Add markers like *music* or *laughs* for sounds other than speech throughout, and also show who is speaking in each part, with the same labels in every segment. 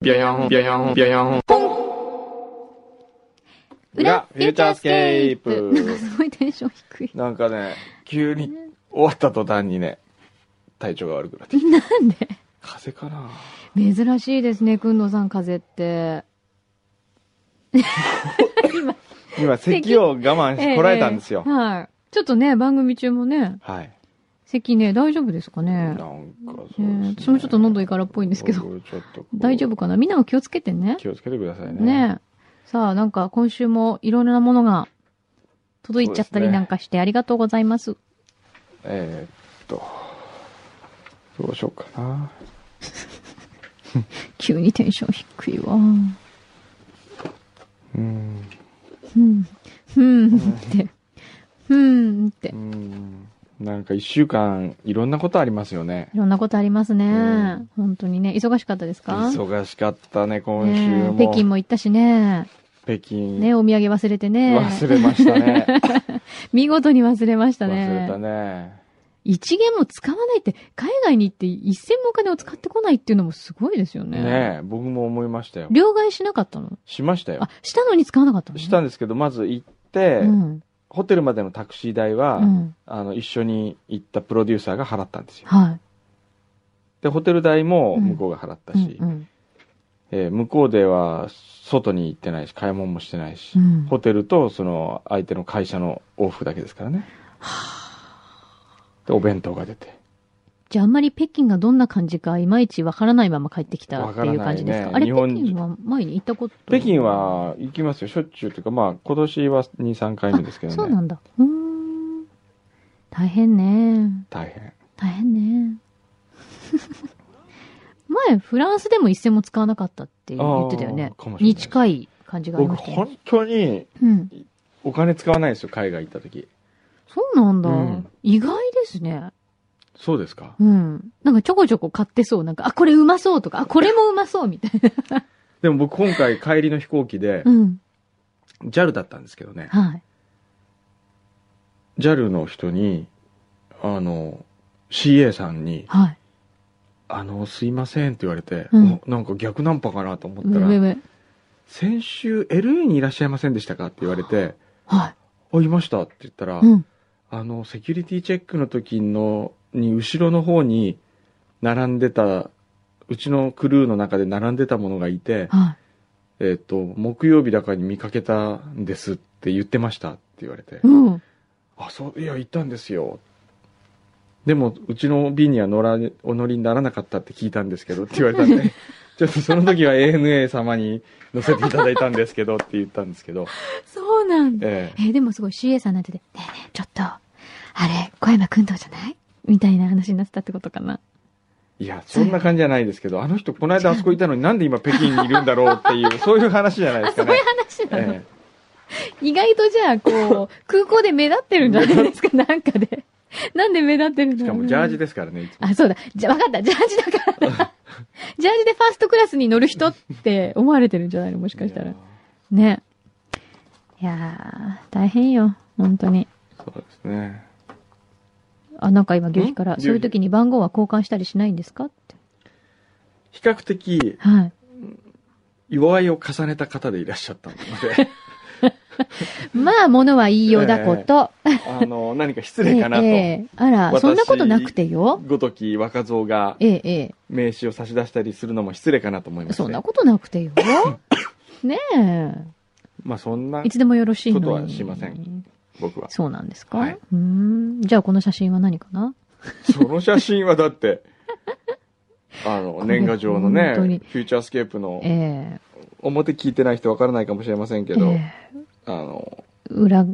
Speaker 1: ビャヤン、ビャヤン、ビャヤン。
Speaker 2: 裏フューチャースケープ
Speaker 3: なんか *laughs* すごいテンション低い
Speaker 2: なんかね急に終わった途端にね体調が悪くなってきた
Speaker 3: なんで
Speaker 2: 風邪かな
Speaker 3: 珍しいですねくんのさん風邪って
Speaker 2: 今咳を我慢してこられたんですよ
Speaker 3: え、えはいちょっとね番組中もね
Speaker 2: はい
Speaker 3: 咳ね大丈夫ですか
Speaker 2: なん
Speaker 3: ね
Speaker 2: かそうです、
Speaker 3: え
Speaker 2: ね
Speaker 3: え私もちょっと喉いからっぽいんですけど
Speaker 2: 僕ちょっとこう
Speaker 3: 大丈夫かなみんなも気をつけてね
Speaker 2: 気をつけてくださいね
Speaker 3: ねえさあなんか今週もいろんなものが届いちゃった
Speaker 2: そうで
Speaker 3: り
Speaker 2: すね
Speaker 3: なんかしてありがとうございます
Speaker 2: えー、っとどうしようかな
Speaker 3: 急にテンション低いわ
Speaker 2: うん
Speaker 3: うんうんってうんって
Speaker 2: うんなんか一週間いろんなことありますよね
Speaker 3: いろんなことありますね。
Speaker 2: うん
Speaker 3: 本当にね。忙しかったですか
Speaker 2: 忙しかったね今週
Speaker 3: ね
Speaker 2: も、
Speaker 3: え北京も行ったしね。
Speaker 2: 北京
Speaker 3: ね、お土産忘れてね。
Speaker 2: 忘れました
Speaker 3: *laughs*
Speaker 2: ね
Speaker 3: 見事に忘れましたね。
Speaker 2: 忘れたね
Speaker 3: 一元も使わないって、海外に行って一銭もお金を使ってこないっていうのもすごいですよね。
Speaker 2: ねえ僕も思いましたよ
Speaker 3: 両替しなかったの
Speaker 2: しましたよ
Speaker 3: あ、したのに使わなかったのね
Speaker 2: したんですけどまず行って、
Speaker 3: うん。
Speaker 2: ホテルまでのタクシー代は、
Speaker 3: うん。
Speaker 2: あの一緒に行ったプロデューサーが払ったんですよ
Speaker 3: は
Speaker 2: でホテル代も向こうが払った
Speaker 3: い。う
Speaker 2: し、
Speaker 3: ん。うん
Speaker 2: えー向こうでは外に行ってないし買い物もしてないし、
Speaker 3: うん。
Speaker 2: ホテルとその相手の会社の往復だけですからねでお弁当が出て
Speaker 3: じゃああんまり北京がどんな感じかいまいちわからないまま帰ってきたっていう感じですか
Speaker 2: わか
Speaker 3: あ
Speaker 2: らないね
Speaker 3: れ北
Speaker 2: 日
Speaker 3: 京
Speaker 2: 本
Speaker 3: は前に行ったこと
Speaker 2: 北京は行きますよしょっちゅうというかまあ今年は23回目ですけどね
Speaker 3: そうなんだ。うーん。大変ね。
Speaker 2: 大変
Speaker 3: 大変ね。 *laughs* 前、フランスでも一銭も使わなかったって言ってたよね
Speaker 2: あーかも。しれない
Speaker 3: に
Speaker 2: です
Speaker 3: 近い感じがあり
Speaker 2: 僕
Speaker 3: ましたよね。
Speaker 2: 本当に
Speaker 3: うん。
Speaker 2: お金使わないですよ海外行った時
Speaker 3: そうなんだ。
Speaker 2: うん
Speaker 3: 意外ですね。
Speaker 2: そうですか
Speaker 3: うん。なんかちょこちょこ買ってそう。なんか、あ、これうまそうとか、あ、これもうまそうみたいな。
Speaker 2: でも僕今回帰りの飛行機 *laughs* で
Speaker 3: うん。
Speaker 2: JAL だったんですけどね
Speaker 3: はい。
Speaker 2: JAL の人にあの CA さんに
Speaker 3: はい。
Speaker 2: 「あのすいません」って言われて、
Speaker 3: うん
Speaker 2: おなんか逆ナンパかなと思った
Speaker 3: 上
Speaker 2: ら
Speaker 3: 上上。
Speaker 2: 「先週 LA にいらっしゃいませんでしたか?」って言われて
Speaker 3: は
Speaker 2: 「あいました」って言ったら、
Speaker 3: い。うん。
Speaker 2: あのセキュリティチェックの時のに後ろの方に並んでたうちのクルーの中で並んでたものがいて、
Speaker 3: は
Speaker 2: えっと木曜日だかに見かけたんですって言ってましたって言われて
Speaker 3: い。うん。
Speaker 2: あ、そう、いや、行ったんですよ。でも、うちの便には乗ら、お乗りにならなかったって聞いたんですけどって言われたん
Speaker 3: *laughs*
Speaker 2: で、ちょっとその時は ANA 様に乗せていただいたんですけどって言ったんですけど、
Speaker 3: そうなんだ。
Speaker 2: ええ
Speaker 3: えーでもすごい CA さんなんてて、ねえねえ、ちょっと、あれ、小山くんどうじゃないみたいな話になってたってことかな。
Speaker 2: いや、そんな感じじゃないですけど、あの人この間あそこいたのになんで今北京にいるんだろうっていう、 *laughs* そういう話じゃないで
Speaker 3: あ、
Speaker 2: す
Speaker 3: そ
Speaker 2: か
Speaker 3: ういう
Speaker 2: ね。
Speaker 3: 話なの、
Speaker 2: え
Speaker 3: 意外とじゃあ、
Speaker 2: *laughs*
Speaker 3: こう、空港で目立ってるんじゃないですか、なんかで。なんで目立ってるん
Speaker 2: え
Speaker 3: だ
Speaker 2: しか
Speaker 3: ろう、
Speaker 2: もジャージですからね、いつも。
Speaker 3: あ、そうだ。じゃ、わかった。ジャージだから。ジャージでファーストクラスに乗る人って思われてるんじゃないのもしかした
Speaker 2: い
Speaker 3: ら
Speaker 2: や。
Speaker 3: ね。いやー、大変よ。本当に。
Speaker 2: そうですね。
Speaker 3: あ、なんか今、牛皮から、
Speaker 2: ん
Speaker 3: そういう時に番号は交換したりしないんですかって。
Speaker 2: 比較的、
Speaker 3: はい。
Speaker 2: 弱いを重ねた方でいらっしゃったの
Speaker 3: *laughs*
Speaker 2: で、
Speaker 3: まあ、物は言いようだこと。
Speaker 2: あの、何か失礼かなと。
Speaker 3: ええあら、
Speaker 2: 私
Speaker 3: そんなことなくてよ。
Speaker 2: ごとき若造が
Speaker 3: ええ、え
Speaker 2: 名刺を差し出したりするのも失礼かなと思い
Speaker 3: え。
Speaker 2: まして
Speaker 3: そんなことなくてよ。
Speaker 2: *laughs*
Speaker 3: ね
Speaker 2: まあそんな
Speaker 3: え。いつでもよろしいのに。
Speaker 2: ことはしません。僕は
Speaker 3: そうなんですか、
Speaker 2: はいう
Speaker 3: ーん。じゃあこの写真は何かな
Speaker 2: その写真はだってあの年賀状のね
Speaker 3: 本当に
Speaker 2: フューチャースケープの
Speaker 3: え
Speaker 2: 表聞いてない人わからないかもしれません
Speaker 3: え
Speaker 2: けど、
Speaker 3: え
Speaker 2: あの
Speaker 3: え裏、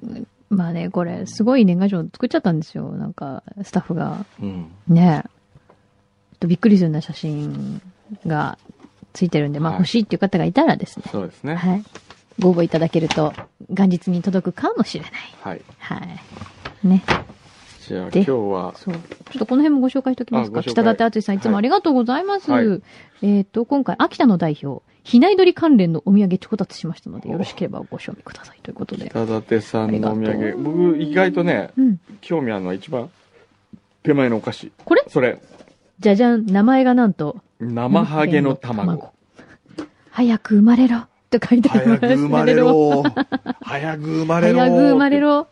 Speaker 3: まあね、これ、すごい年賀状作っちゃったんですよ。なんか、スタッフが。
Speaker 2: うん
Speaker 3: ねえ。ちょっとびっくりするような写真がついてるんで、まあ
Speaker 2: はい
Speaker 3: 欲しいっていう方がいたらですね。
Speaker 2: そうですね
Speaker 3: はい。ご応募いただけると、元日に届くかもしれない。
Speaker 2: はい
Speaker 3: はい。ね。
Speaker 2: じゃあ
Speaker 3: で
Speaker 2: 今日は
Speaker 3: そう。ちょっとこの辺もご紹介しておきま
Speaker 2: あ
Speaker 3: す
Speaker 2: ご
Speaker 3: か。
Speaker 2: 紹介
Speaker 3: 北舘淳さん、いつもありがとうございます。
Speaker 2: はい
Speaker 3: えっ、と、今回、秋田の代表、比内鳥関連のお土産調達しましたので、
Speaker 2: お
Speaker 3: よろしければご賞味くださいということで。
Speaker 2: 北舘さんのお土
Speaker 3: あり
Speaker 2: 産
Speaker 3: がとう
Speaker 2: 僕意外とね
Speaker 3: うん。
Speaker 2: 興味あるのは一番手前のお菓子
Speaker 3: これ
Speaker 2: それ
Speaker 3: じゃじゃん。名前がなんと、
Speaker 2: 生ハゲの卵。
Speaker 3: 早く生まれろと書いてありま
Speaker 2: 早
Speaker 3: す
Speaker 2: く生まれろ。早く生まれろ。
Speaker 3: *laughs* 早く生まれ。ろ。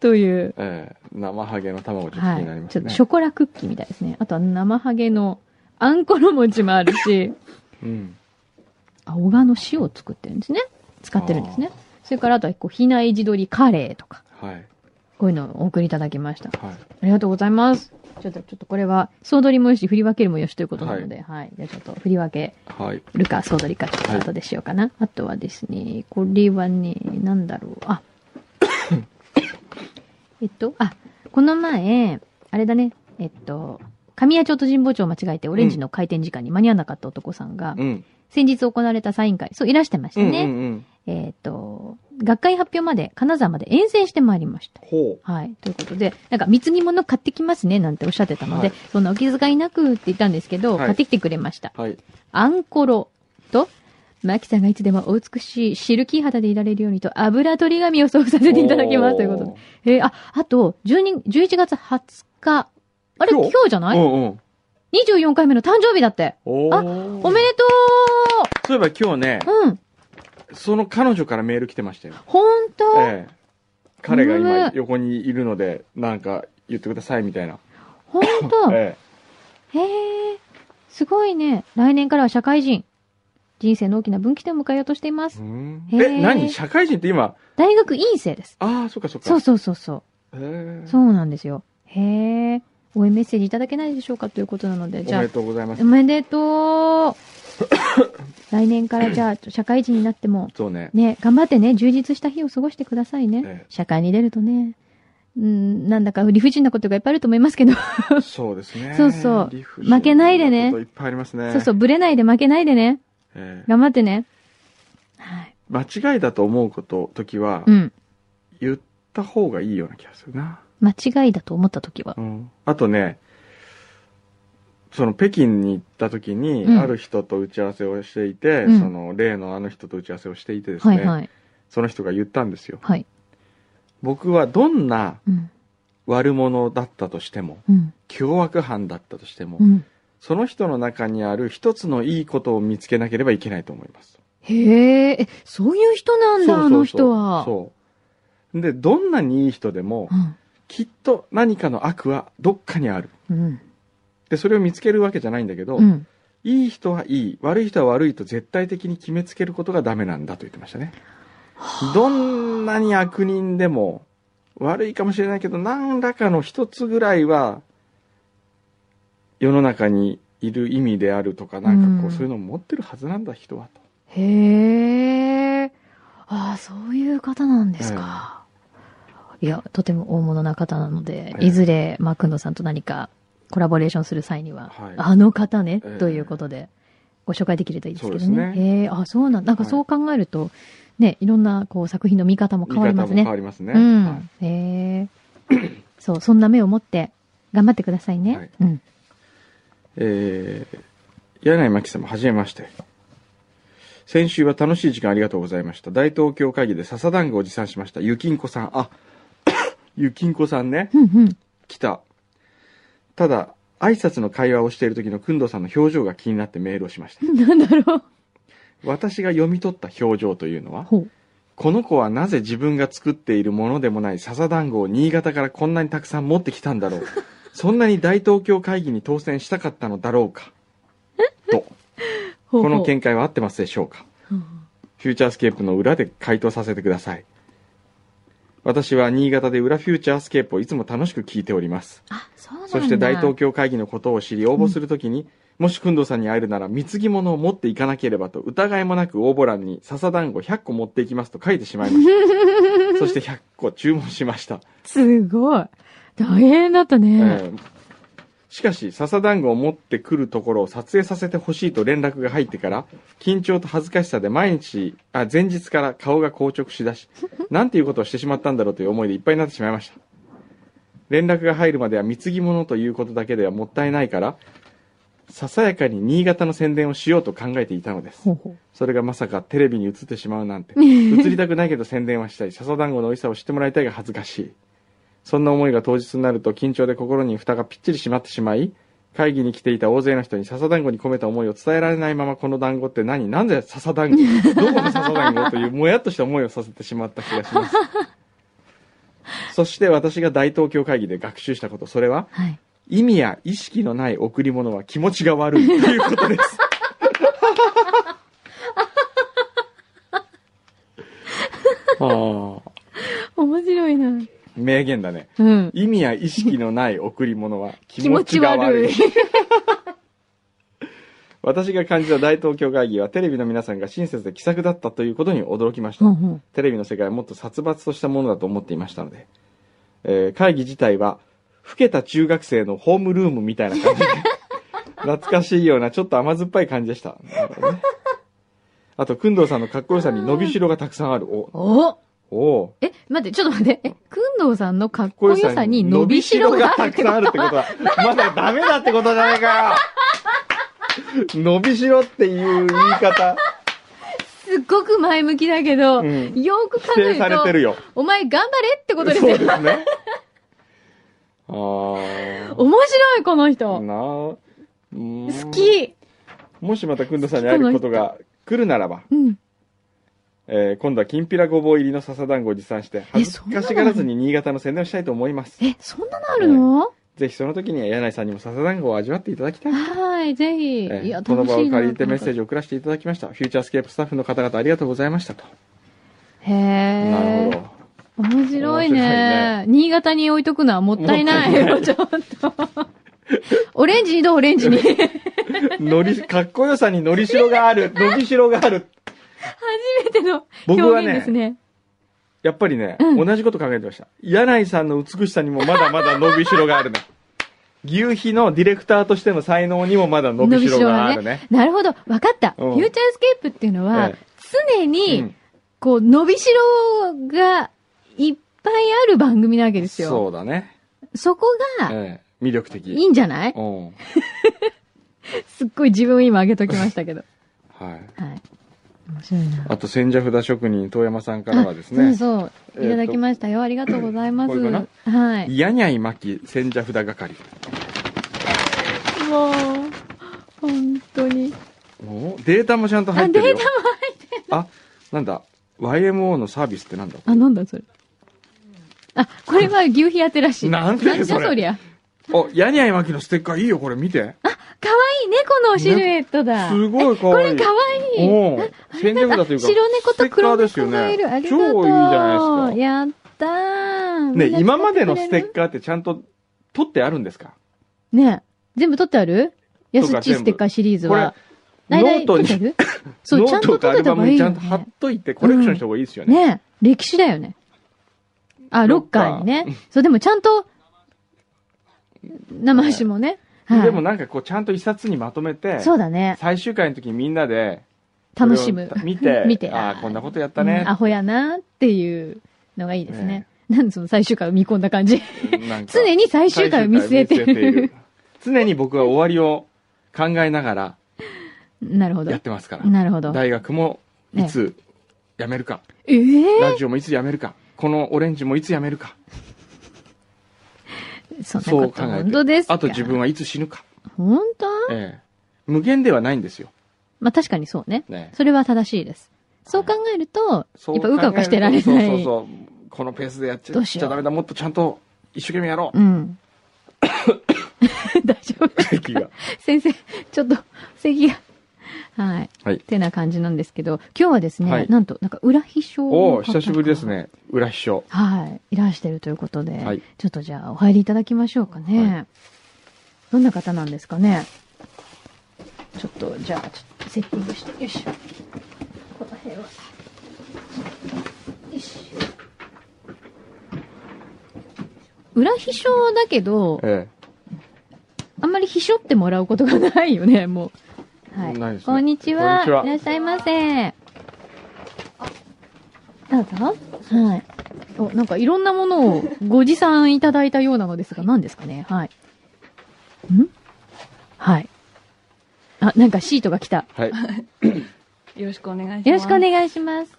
Speaker 3: という。
Speaker 2: ええ生ハゲの卵ちょっと
Speaker 3: は
Speaker 2: 気になり
Speaker 3: い。
Speaker 2: ま
Speaker 3: ち
Speaker 2: す
Speaker 3: ょっと
Speaker 2: ね。
Speaker 3: ショコラクッキーみたいですね。あとは生ハゲのあんこの餅もあるし、
Speaker 2: うん。
Speaker 3: *laughs* あ、小川の塩を作ってるんですね。使ってるんですね。それからあとは、こう、比内地鶏カレーとか、
Speaker 2: はい。はい。
Speaker 3: こういうのをお送りいただきました。ありがとうございます。ちょっと、ちょっとこれは、総取りもよし、振り分けるもよしということなので、はい。じゃあちょっと、振り分け
Speaker 2: はい。
Speaker 3: るか、総取りか、ちょっと後でしようかな。あとはですね、これはね、なんだろう。
Speaker 2: *coughs*
Speaker 3: あ。えっと、あ、この前、あれだね、えっと、神谷町と神保町を間違えて、オレンジの開店時間に間に合わなかった男さんが、
Speaker 2: うん。
Speaker 3: 先日行われたサイン会、そう、いらしてました
Speaker 2: うんうん
Speaker 3: ね。
Speaker 2: うん。
Speaker 3: えっ、と、学会発表まで、金沢まで遠征してまいりました。
Speaker 2: ほ
Speaker 3: はい。ということで、なんか、貢ぎ物買ってきますね、なんておっしゃってたので、
Speaker 2: はい
Speaker 3: そんなお気遣いなくって言ったんですけど、
Speaker 2: はい
Speaker 3: 買ってきてくれました。
Speaker 2: う。はい。
Speaker 3: アンコロと、マキさんがいつでもお美しいシルキー肌でいられるようにと、油取り紙を送付させていただきますということで。えーあ、あと、12 11月20日、あれ、
Speaker 2: 今
Speaker 3: 今
Speaker 2: 日
Speaker 3: 日じゃ
Speaker 2: お
Speaker 3: な
Speaker 2: ー
Speaker 3: い
Speaker 2: うんうん。
Speaker 3: ?24 回目の誕生日だって。
Speaker 2: お
Speaker 3: あおめでと
Speaker 2: そういえば今日ね、
Speaker 3: ううん。
Speaker 2: その彼女からメール来てましたよ。
Speaker 3: ほんと、
Speaker 2: ええ。彼が今
Speaker 3: ね
Speaker 2: 横にいるので、なんか言ってくださいみたいな。
Speaker 3: ほんと
Speaker 2: え
Speaker 3: へえ、すごいね。来年からは社会人。人生の大きな分岐点を迎えようとしていま
Speaker 2: え。
Speaker 3: す
Speaker 2: う。ん
Speaker 3: へー
Speaker 2: え、何社会人って今、
Speaker 3: 大学院生です。
Speaker 2: ああ、そっかそっか。
Speaker 3: そうそうそうそう。
Speaker 2: へえ
Speaker 3: そうなんですよ。へえ、応援メッセージいただけないでしょうかということなので、
Speaker 2: お
Speaker 3: じゃ
Speaker 2: め
Speaker 3: あ
Speaker 2: で、とうございます
Speaker 3: お。めで *coughs* とう来年からじゃあ、社会人になっても、
Speaker 2: そうね。
Speaker 3: ね、頑張ってね、充実した日を過ごしてくださいね。
Speaker 2: え
Speaker 3: 社会に出るとね、うん、なんだか理不尽なことがいっぱいあると思いますけど、
Speaker 2: えそうですね。
Speaker 3: そうそう
Speaker 2: 理不尽
Speaker 3: 負けないでね
Speaker 2: こといっぱいありますね。
Speaker 3: *laughs* そうそう、ぶれないで負けないでね、
Speaker 2: ええ
Speaker 3: 頑張ってね。はい。
Speaker 2: 間違いだと思うこと、時は
Speaker 3: う、ん。
Speaker 2: 言った方がいいような気がするな。
Speaker 3: 間違いだと思った時は
Speaker 2: う。ん。あとね、その北京に行った時に、
Speaker 3: うん
Speaker 2: ある人と打ち合わせをしていて、
Speaker 3: うん
Speaker 2: その例のあの人と打ち合わせをしていてです
Speaker 3: は
Speaker 2: ね、
Speaker 3: いはい。
Speaker 2: その人が言ったんですよ。
Speaker 3: はい。
Speaker 2: 僕はどんな
Speaker 3: うん。
Speaker 2: 悪者だったとしても、
Speaker 3: うん。
Speaker 2: 凶悪犯だったとしても、
Speaker 3: うん。
Speaker 2: その人の中にある一つのいいことを見つけなければいけないと思います。
Speaker 3: へえ、えそういう人なんだ、あの人は。
Speaker 2: そう。で、どんなにいい人でも、きっと何かの悪はどっかにある。
Speaker 3: うん。
Speaker 2: で、それを見つけるわけじゃないんだけど、
Speaker 3: うん。うん。
Speaker 2: いい人はいい、悪い人は悪いと絶対的に決めつけることがダメなんだと言ってましたね。どんなに悪人でも、悪いかもしれないけど、何らかの一つぐらいは、世の中にいる意味であるとか、なんかこ
Speaker 3: うん
Speaker 2: う、そういうのを持ってるはずなんだ、人はと。
Speaker 3: へえ。ああ、そういう方なんですか。いや、とても大物な方なので、
Speaker 2: ええ
Speaker 3: いずれ、マクンドさんと何かコラボレーションする際には、
Speaker 2: はい
Speaker 3: あの方ね、
Speaker 2: ええ
Speaker 3: ということで、ご紹介できるといいですけど
Speaker 2: そう
Speaker 3: ね
Speaker 2: で。すね
Speaker 3: へえ、あ、そうなんだ。なんかそう考えると、ね、いろんなこう作品の見方も変わります
Speaker 2: 言い方も
Speaker 3: ね
Speaker 2: 変。わりますね。
Speaker 3: うん。
Speaker 2: はい
Speaker 3: へえそう、そんな目を持って、頑張ってくださいね。
Speaker 2: はい
Speaker 3: うん。
Speaker 2: えー、柳井真紀様、はじめまして。先週は楽しい時間ありがとうございました。大東京会議で笹団子を持参しました。ゆきんこさん。あ、 *coughs* ゆきんこさんね。
Speaker 3: うんうん。
Speaker 2: 来た。ただ、挨拶の会話をしている時のくんどさんの表情が気になってメールをしました。
Speaker 3: なんだろう。
Speaker 2: 私が読み取った表情というのは、
Speaker 3: ほう。
Speaker 2: この子はなぜ自分が作っているものでもない笹団子を新潟からこんなにたくさん持ってきたんだろう。そんなに大東京会議に当選したかったのだろうか。と。
Speaker 3: ほう
Speaker 2: この見解は合ってますでしょうかフューチャースケープの裏で回答させてください。私は新潟で裏フューチャースケープをいつも楽しく聞いております。
Speaker 3: あ、そうなんだ。
Speaker 2: そして大東京会議のことを知り応募するときに、もしくんどうさんに会えるなら貢ぎ物を持っていかなければと疑いもなく応募欄に笹団子100個持っていきますと書いてしまいました。そして100個注文しました。
Speaker 3: すごい。大変だったね。
Speaker 2: えーしかし、笹団子を持ってくるところを撮影させてほしいと連絡が入ってから、緊張と恥ずかしさで毎日、あ、前日から顔が硬直しだし、 *laughs* なんていうことをしてしまったんだろうという思いでいっぱいになってしまいました。連絡が入るまでは貢ぎ物ということだけではもったいないから、ささやかに新潟の宣伝をしようと考えていたのです
Speaker 3: ほ。うほう。
Speaker 2: それがまさかテレビに映ってしまうなんて。映りたくないけど宣伝はしたい。笹団子の美味しさを知ってもらいたいが恥ずかしい。そんな思いが当日になると緊張で心に蓋がぴっちり閉まってしまい、会議に来ていた大勢の人に笹団子に込めた思いを伝えられないままこの団子って何なんで笹団子どこの笹団子というもやっとした思いをさせてしまった気がします。そして私が大東京会議で学習したこと、それは
Speaker 3: はい。
Speaker 2: 意味や意識のない贈り物は気持ちが悪いということ
Speaker 3: *laughs*
Speaker 2: です。ああ、
Speaker 3: 面白いな。
Speaker 2: 名言だね。
Speaker 3: うん。
Speaker 2: 意味や意識のない贈り物は気持ちが悪い。
Speaker 3: 気持ち悪い
Speaker 2: 私が感じた大東京会議はテレビの皆さんが親切で気さくだったということに驚きました。
Speaker 3: ほうほう
Speaker 2: テレビの世界はもっと殺伐としたものだと思っていましたので、えー会議自体は、老けた中学生のホームルームみたいな感じで、懐かしいような、ちょっと甘酸っぱい感じでした。なるほどねあと、くんどうさんのかっこよさに伸びしろがたくさんある。お、
Speaker 3: お
Speaker 2: お
Speaker 3: え、待って、ちょっと待って。え、くんどうさんのかっこよさに伸びしろがある
Speaker 2: たくさんあるってことは、まだダメだってことじゃないかよ伸びしろっていう言い方、
Speaker 3: すっごく前向きだけど、
Speaker 2: うん
Speaker 3: よーく考
Speaker 2: 否
Speaker 3: え
Speaker 2: 定されて
Speaker 3: る
Speaker 2: るよ。
Speaker 3: と、お前頑張れってことです
Speaker 2: そう
Speaker 3: よ。
Speaker 2: ですね。ああ。
Speaker 3: 面白い、この人。
Speaker 2: なあ。好
Speaker 3: 好。き。
Speaker 2: もしまたくんどさんに会えることが来るならば、
Speaker 3: うん。
Speaker 2: えー今度はきんぴらごぼう入りの笹団子を持参して、恥ずかしがらずに新潟の宣伝をしたいと思います。
Speaker 3: え、そんなのあるの、
Speaker 2: ぜひその時には柳井さんにも笹団子を味わっていただきたい。
Speaker 3: はい、ぜひ。
Speaker 2: えー
Speaker 3: いや、
Speaker 2: こ
Speaker 3: 楽しい
Speaker 2: の
Speaker 3: な
Speaker 2: 場を借りてメッセージを送らせていただきました。フューチャースケープスタッフの方々ありがとうございましたと。
Speaker 3: へえ。
Speaker 2: なるほど。
Speaker 3: 面白いね
Speaker 2: 面白
Speaker 3: 新潟に置いとくのはもったいない。
Speaker 2: も
Speaker 3: ちょっと。オレンジにどうオレ
Speaker 2: *laughs*
Speaker 3: ンジに。初
Speaker 2: のり、かっこよさにのりしろがある。のりしろがある。
Speaker 3: めての
Speaker 2: 僕はね
Speaker 3: 表現ですね。
Speaker 2: やっぱりね、
Speaker 3: うん
Speaker 2: 同じこと考えてました。柳井さんの美しさにもまだまだ伸びしろがあるね。牛皮のディレクターとしての才能にもまだ伸びしろがあるね。
Speaker 3: なるほど。わかった。フ
Speaker 2: うん
Speaker 3: ューチャースケープっていうのは
Speaker 2: ええ、
Speaker 3: 常
Speaker 2: う
Speaker 3: に
Speaker 2: ん、
Speaker 3: こう、伸びしろがいっぱいある番組なわけですよ。
Speaker 2: そうだね。
Speaker 3: そこが、
Speaker 2: ええ魅力的。
Speaker 3: いいんじゃない
Speaker 2: うん。はい。
Speaker 3: すっごい自分を今上げときまし
Speaker 2: *laughs*
Speaker 3: たけど。はい。面白いな。
Speaker 2: あと、千社札職人、遠山さんからはです
Speaker 3: そう
Speaker 2: ね、
Speaker 3: そう。いただきましたよ。ありがとうございます。
Speaker 2: これか
Speaker 3: はい。
Speaker 2: やにゃいまき千社札係。
Speaker 3: もう、本当に。
Speaker 2: おデータもちゃんと入ってるよ。
Speaker 3: あデー
Speaker 2: タも入ってる。あ、なんだ。YMO のサービスってなんだ
Speaker 3: あ、なんだそれ。あ、これは牛皮当てらしい。
Speaker 2: なんで
Speaker 3: じゃ
Speaker 2: それ
Speaker 3: そりゃ。
Speaker 2: お、やにゃいまきのステッカーいいよ、これ見て。
Speaker 3: かわいい猫のシルエットだ。
Speaker 2: すごい可
Speaker 3: こ
Speaker 2: 愛い
Speaker 3: れかわいい。
Speaker 2: おう千尺札というか、
Speaker 3: 白猫と黒
Speaker 2: ステッ
Speaker 3: 猫
Speaker 2: カー
Speaker 3: がい
Speaker 2: です
Speaker 3: る。
Speaker 2: よね
Speaker 3: ありがとう。
Speaker 2: 超いいじゃないですか。
Speaker 3: やったー。みんな
Speaker 2: ね、今までの
Speaker 3: 使っ
Speaker 2: ス
Speaker 3: てく
Speaker 2: テ
Speaker 3: れる
Speaker 2: ッカーってちゃんと取ってあるんですか
Speaker 3: ね全部取ってあるやすっち
Speaker 2: 全部
Speaker 3: ステッカーシリーズ
Speaker 2: これ
Speaker 3: は。、
Speaker 2: ノ
Speaker 3: 大
Speaker 2: ート
Speaker 3: 々取
Speaker 2: に
Speaker 3: ってあ、る *laughs* そう、
Speaker 2: ノ
Speaker 3: ちゃん
Speaker 2: ー
Speaker 3: と
Speaker 2: トか
Speaker 3: 取っ
Speaker 2: ア
Speaker 3: て
Speaker 2: ル
Speaker 3: た
Speaker 2: バ
Speaker 3: 方
Speaker 2: ム
Speaker 3: がい
Speaker 2: に
Speaker 3: い
Speaker 2: ちゃ
Speaker 3: よ
Speaker 2: んと貼っ
Speaker 3: ね。
Speaker 2: といて、コレクションした方がいいですよね。
Speaker 3: ね歴史だよね。あ、ロ
Speaker 2: ロ
Speaker 3: ッ
Speaker 2: ッ
Speaker 3: カ
Speaker 2: カー
Speaker 3: ーにね。そう、でもちゃんと、生足もね。はい。
Speaker 2: でもなんかこう、ちゃんと一冊にまとめて、
Speaker 3: そうだね。
Speaker 2: 最終回の時にみんなで、
Speaker 3: 楽しむ
Speaker 2: これを。見て、
Speaker 3: *laughs* 見て
Speaker 2: ああ、こんなことやったね
Speaker 3: うん。アホやなっていうのがいいですね
Speaker 2: ね。
Speaker 3: なんでその最終回を見込んだ感
Speaker 2: *laughs*
Speaker 3: じ。
Speaker 2: なんか
Speaker 3: 常に最終回を見据えて
Speaker 2: 最終回を見据え
Speaker 3: る
Speaker 2: て。常に僕は終わりを考えながら
Speaker 3: なるほど
Speaker 2: やっ。てますから。
Speaker 3: なるほど。
Speaker 2: 大学もいつ辞めるか、
Speaker 3: ええ
Speaker 2: ラジオもいつ辞めるか、このオレンジもいつ辞めるか、
Speaker 3: そんな
Speaker 2: そ
Speaker 3: こ
Speaker 2: う考
Speaker 3: と。
Speaker 2: え
Speaker 3: 本当で
Speaker 2: て
Speaker 3: す、か
Speaker 2: あと自分はいつ死ぬか、
Speaker 3: 本当
Speaker 2: ええ、無限ではないんですよ。
Speaker 3: まあ確かにそうね。
Speaker 2: ね、
Speaker 3: それは正しいです。そう考えると、
Speaker 2: そ
Speaker 3: やっぱうかうかしてられない。
Speaker 2: そうそうそう。このペースでやっち
Speaker 3: ど
Speaker 2: ゃ
Speaker 3: う
Speaker 2: っ
Speaker 3: し
Speaker 2: ち
Speaker 3: よう
Speaker 2: ゃダメだ。もっとちゃんと一生懸命やろう。
Speaker 3: うん。 *laughs* 大丈夫。
Speaker 2: 敵が。
Speaker 3: 先生、ちょっと、咳が。はい。
Speaker 2: はい
Speaker 3: てな感じなんですけど、今日はですね、
Speaker 2: はい
Speaker 3: なんと、なんか、裏秘書の方
Speaker 2: お
Speaker 3: が
Speaker 2: お、久しぶりです。ね。裏秘書。
Speaker 3: はい。いらしてるということで、
Speaker 2: はい
Speaker 3: ちょっとじゃあ、お入りいただきましょうかね。
Speaker 2: は
Speaker 3: どんな方なんですかね。ちょっと、じゃあ、ちょっとセッティングして、よいしょ。この辺は。よいしょ。裏秘書だけど、
Speaker 2: え
Speaker 3: あんまりひしょってもらうことがないよね、もう。はい。
Speaker 2: ないですね
Speaker 3: こんにちは。
Speaker 2: こんにちはい
Speaker 3: らっしゃいませ。どうぞ。はい。お、なんかいろんなものをご持参いただいたようなのですが、何ですかねはい。んはい。あ、なんかシートが来た。
Speaker 2: え。はい。
Speaker 4: よろしくお願いします。
Speaker 3: よろしくお願いします。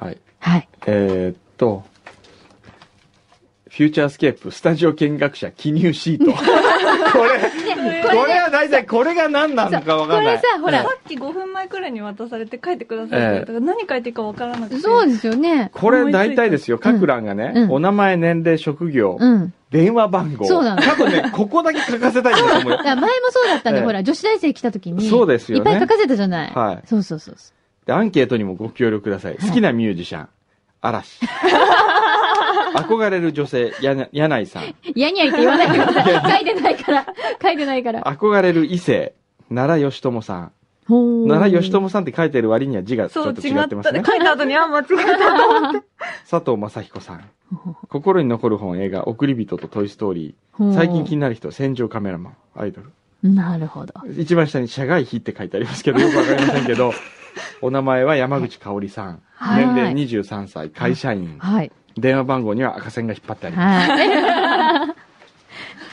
Speaker 2: はい。
Speaker 3: はい。
Speaker 2: えーっと、
Speaker 3: *laughs*
Speaker 2: フューチャースケープスタジオ見学者記入シート。これ、
Speaker 4: れ
Speaker 2: これは大体これが何なのかわかんない。
Speaker 3: そうこれさ
Speaker 2: え
Speaker 3: ほら
Speaker 4: さ
Speaker 2: え
Speaker 4: っき5分前くらいに渡されて書いてくださって、だから何書いていいかわからなくて。
Speaker 3: そうですよね。
Speaker 2: これ大体ですよ、各欄がね、
Speaker 3: うん
Speaker 2: お名前、年齢、職業、
Speaker 3: うん。
Speaker 2: 電話番号。
Speaker 3: そうなの
Speaker 2: 過去
Speaker 3: *laughs*
Speaker 2: ね、ここだけ書かせたいんだと思う
Speaker 3: だから前もそうだったんで、
Speaker 2: ええ
Speaker 3: ほら、女子大生来た時に。
Speaker 2: そうですよね
Speaker 3: いっぱい書かせたじゃない。
Speaker 2: はい
Speaker 3: そうそうそうそ
Speaker 2: でアンケートにもご協力ください。
Speaker 3: はい
Speaker 2: 好きなミュージシャン、
Speaker 3: *laughs*
Speaker 2: 嵐。憧れる女性、やな柳井さん。
Speaker 3: う。やにゃいって言わないでください。書いてないから。 *laughs* 書いてないから。
Speaker 2: 憧れる異性、奈良義友さん。
Speaker 3: ほー
Speaker 2: 奈良義。友さんって書いてる割には字がち
Speaker 4: そ
Speaker 2: ょ
Speaker 4: う
Speaker 2: っと
Speaker 4: 違
Speaker 2: 違
Speaker 4: っ
Speaker 2: ってま
Speaker 4: た
Speaker 2: す
Speaker 4: ね
Speaker 2: ね。。
Speaker 3: *laughs*
Speaker 4: 書いた後にあんま違った。
Speaker 2: 佐藤正彦さん。心に残る本、映画、送り人とトイストーリー。
Speaker 3: ほー
Speaker 2: 最近気になる人、戦場カメラマン、アイドル。
Speaker 3: なるほど。
Speaker 2: 一番下に、社外費って書いてありますけど、よくわかりませんけ
Speaker 3: *laughs*
Speaker 2: ど、お名前は山口香織さん。
Speaker 3: はい
Speaker 2: 年齢23歳、会社員。
Speaker 3: はい。
Speaker 2: 電話番号には赤線が引っ張ってあります。
Speaker 3: はい。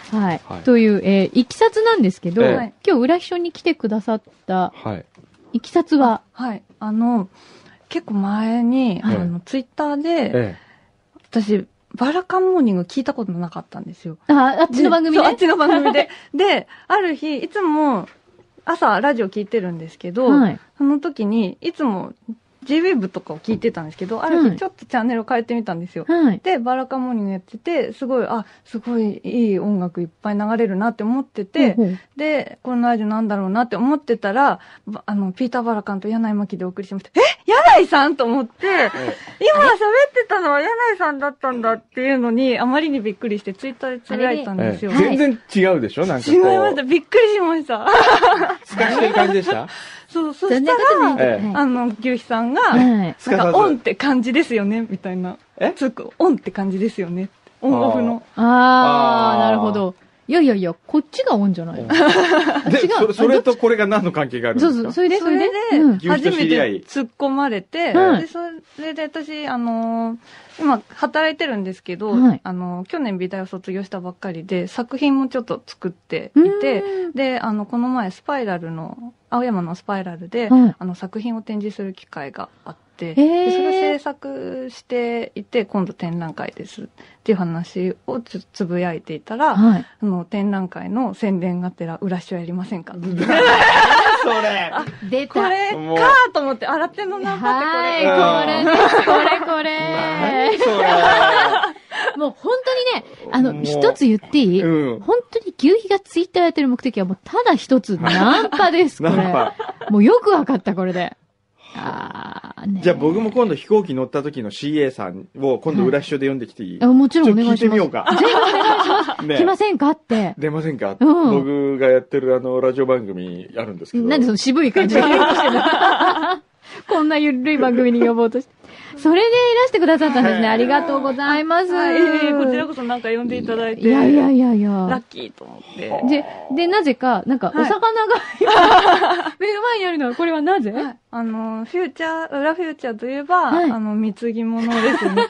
Speaker 3: はい
Speaker 2: はい。
Speaker 3: という、えー、いきさつなんですけど、
Speaker 2: ええ
Speaker 3: 今日裏秘書に来てくださった、
Speaker 2: はい。
Speaker 3: いきさつは、
Speaker 4: *laughs* はい。あの、結構前に、あ
Speaker 2: はい
Speaker 4: の、ツイッターで、
Speaker 2: え
Speaker 4: 私、バラカンモーニング聞いたことなかったんですよ。
Speaker 3: あ、あっちの番組
Speaker 4: でそう
Speaker 3: ね
Speaker 4: あっ。ちの番組で。 *laughs* で、ある日、いつも、朝、ラジオ聞いてるんですけど、
Speaker 3: はい。
Speaker 4: その時に、いつも JWAVE とかを聞いてたんですけど、ある
Speaker 3: は
Speaker 4: 日
Speaker 3: い
Speaker 4: ちょっとチャンネルを変えてみたんですよ。
Speaker 3: はい。
Speaker 4: で、バラカモーニングやってて、すごい、あ、すごいいい音楽いっぱい流れるなって思ってて、
Speaker 3: ほうほう
Speaker 4: で、このラジオなんだろうなって思ってたら、ばあの、ピーター・バラカンと柳井真紀でお送りしました。え柳井さんと思って、
Speaker 2: え
Speaker 4: 今喋ってたのは柳井さんだったんだっていうのに、あまりにびっくりして、ツイッターでつぶやいたんですよ。
Speaker 3: あれで
Speaker 4: 違
Speaker 2: 全然違うでしょなんかこう。
Speaker 4: いました。びっくりしました。
Speaker 2: 透かしてる感じで
Speaker 3: *laughs*
Speaker 2: した
Speaker 4: そう、そ
Speaker 3: 残
Speaker 4: し
Speaker 3: 念
Speaker 4: た
Speaker 3: なこと
Speaker 4: ら、
Speaker 2: え
Speaker 3: に。
Speaker 2: え
Speaker 3: は
Speaker 4: あの、牛皮さんが、
Speaker 3: いはい。
Speaker 2: す
Speaker 4: な
Speaker 2: かさ
Speaker 4: んか、
Speaker 2: ず。
Speaker 4: オンって感じですよね、みたいな。
Speaker 2: え
Speaker 4: つく、オンって感じですよね。オンオフの。
Speaker 3: あー、
Speaker 2: あー
Speaker 3: なるほど。いやいやいや、こっちがオンじゃないの
Speaker 2: で
Speaker 3: 違う
Speaker 2: それ、それとこれが何の関係があるんで
Speaker 3: そう
Speaker 2: す
Speaker 3: そ
Speaker 2: か
Speaker 3: う、それで、
Speaker 4: それで
Speaker 3: うん
Speaker 2: 牛皮
Speaker 4: 初
Speaker 2: と
Speaker 4: め
Speaker 2: 知り合い
Speaker 4: て突っ込まれて、
Speaker 3: はい
Speaker 4: で、それで私、あのー今、働いてるんですけど、
Speaker 3: はい
Speaker 4: あのー去年美大を卒業したばっかりで、作品もちょっと作って
Speaker 3: う
Speaker 4: い
Speaker 3: ん
Speaker 4: て、で、あの、この前、スパイラルの、青山のスパイラルで、
Speaker 3: はい
Speaker 4: あの、作品を展示する機会があって、
Speaker 3: へー
Speaker 4: でそれを制作していて、今度展覧会ですっていう話をちょっとつぶやいていたら、
Speaker 3: はい。
Speaker 4: あの、展覧会の宣伝がてら、裏書やりませんか
Speaker 2: それ
Speaker 3: 出た。
Speaker 4: これ
Speaker 2: もう
Speaker 4: かと思って、新手のナンパってこれ。
Speaker 3: はい、これ、これ、こ
Speaker 2: 何
Speaker 3: れ。
Speaker 2: それ
Speaker 3: *laughs* もう本当にね、あの、
Speaker 2: もう
Speaker 3: 一つ言っていい
Speaker 2: うん。
Speaker 3: 本当に牛皮がツイッターやってる目的はもうただ一つ、ナンパです、こ
Speaker 2: なん
Speaker 3: れ。
Speaker 2: か、
Speaker 3: もうよくわかった、これで。あーね。
Speaker 2: じゃあ僕も今度飛行機乗った時の CA さんを今度裏秘書で読んできていい、
Speaker 3: あ。もち
Speaker 2: ちょっ
Speaker 3: ろん
Speaker 2: と
Speaker 3: お願いし
Speaker 2: 聞
Speaker 3: ま
Speaker 2: いてみ
Speaker 3: す。
Speaker 2: ようか。ね
Speaker 3: 来ませんかって。
Speaker 2: 出ませんか、
Speaker 3: うん
Speaker 2: 僕がやってるあの、ラジオ番組あるんですけど。
Speaker 3: なんでその渋い感じで言おうとして
Speaker 2: *laughs*
Speaker 3: るのこんなゆるい番組に呼ぼうとして。それでいらしてくださったんですね。
Speaker 2: はい
Speaker 3: ありがとうございます。
Speaker 4: はい、ええこちらこそなんか呼んでいただいて。
Speaker 3: いやいやいやい
Speaker 4: ラ
Speaker 3: や
Speaker 4: ッ。キーと思って。
Speaker 3: で、で、なぜか、なんか、お
Speaker 4: はい
Speaker 3: 魚が、目の前にあるのは、これはなぜ
Speaker 4: はいあの、フューチャー、裏フューチャーといえば、
Speaker 3: はい
Speaker 4: あの、貢ぎ物です *laughs* ね。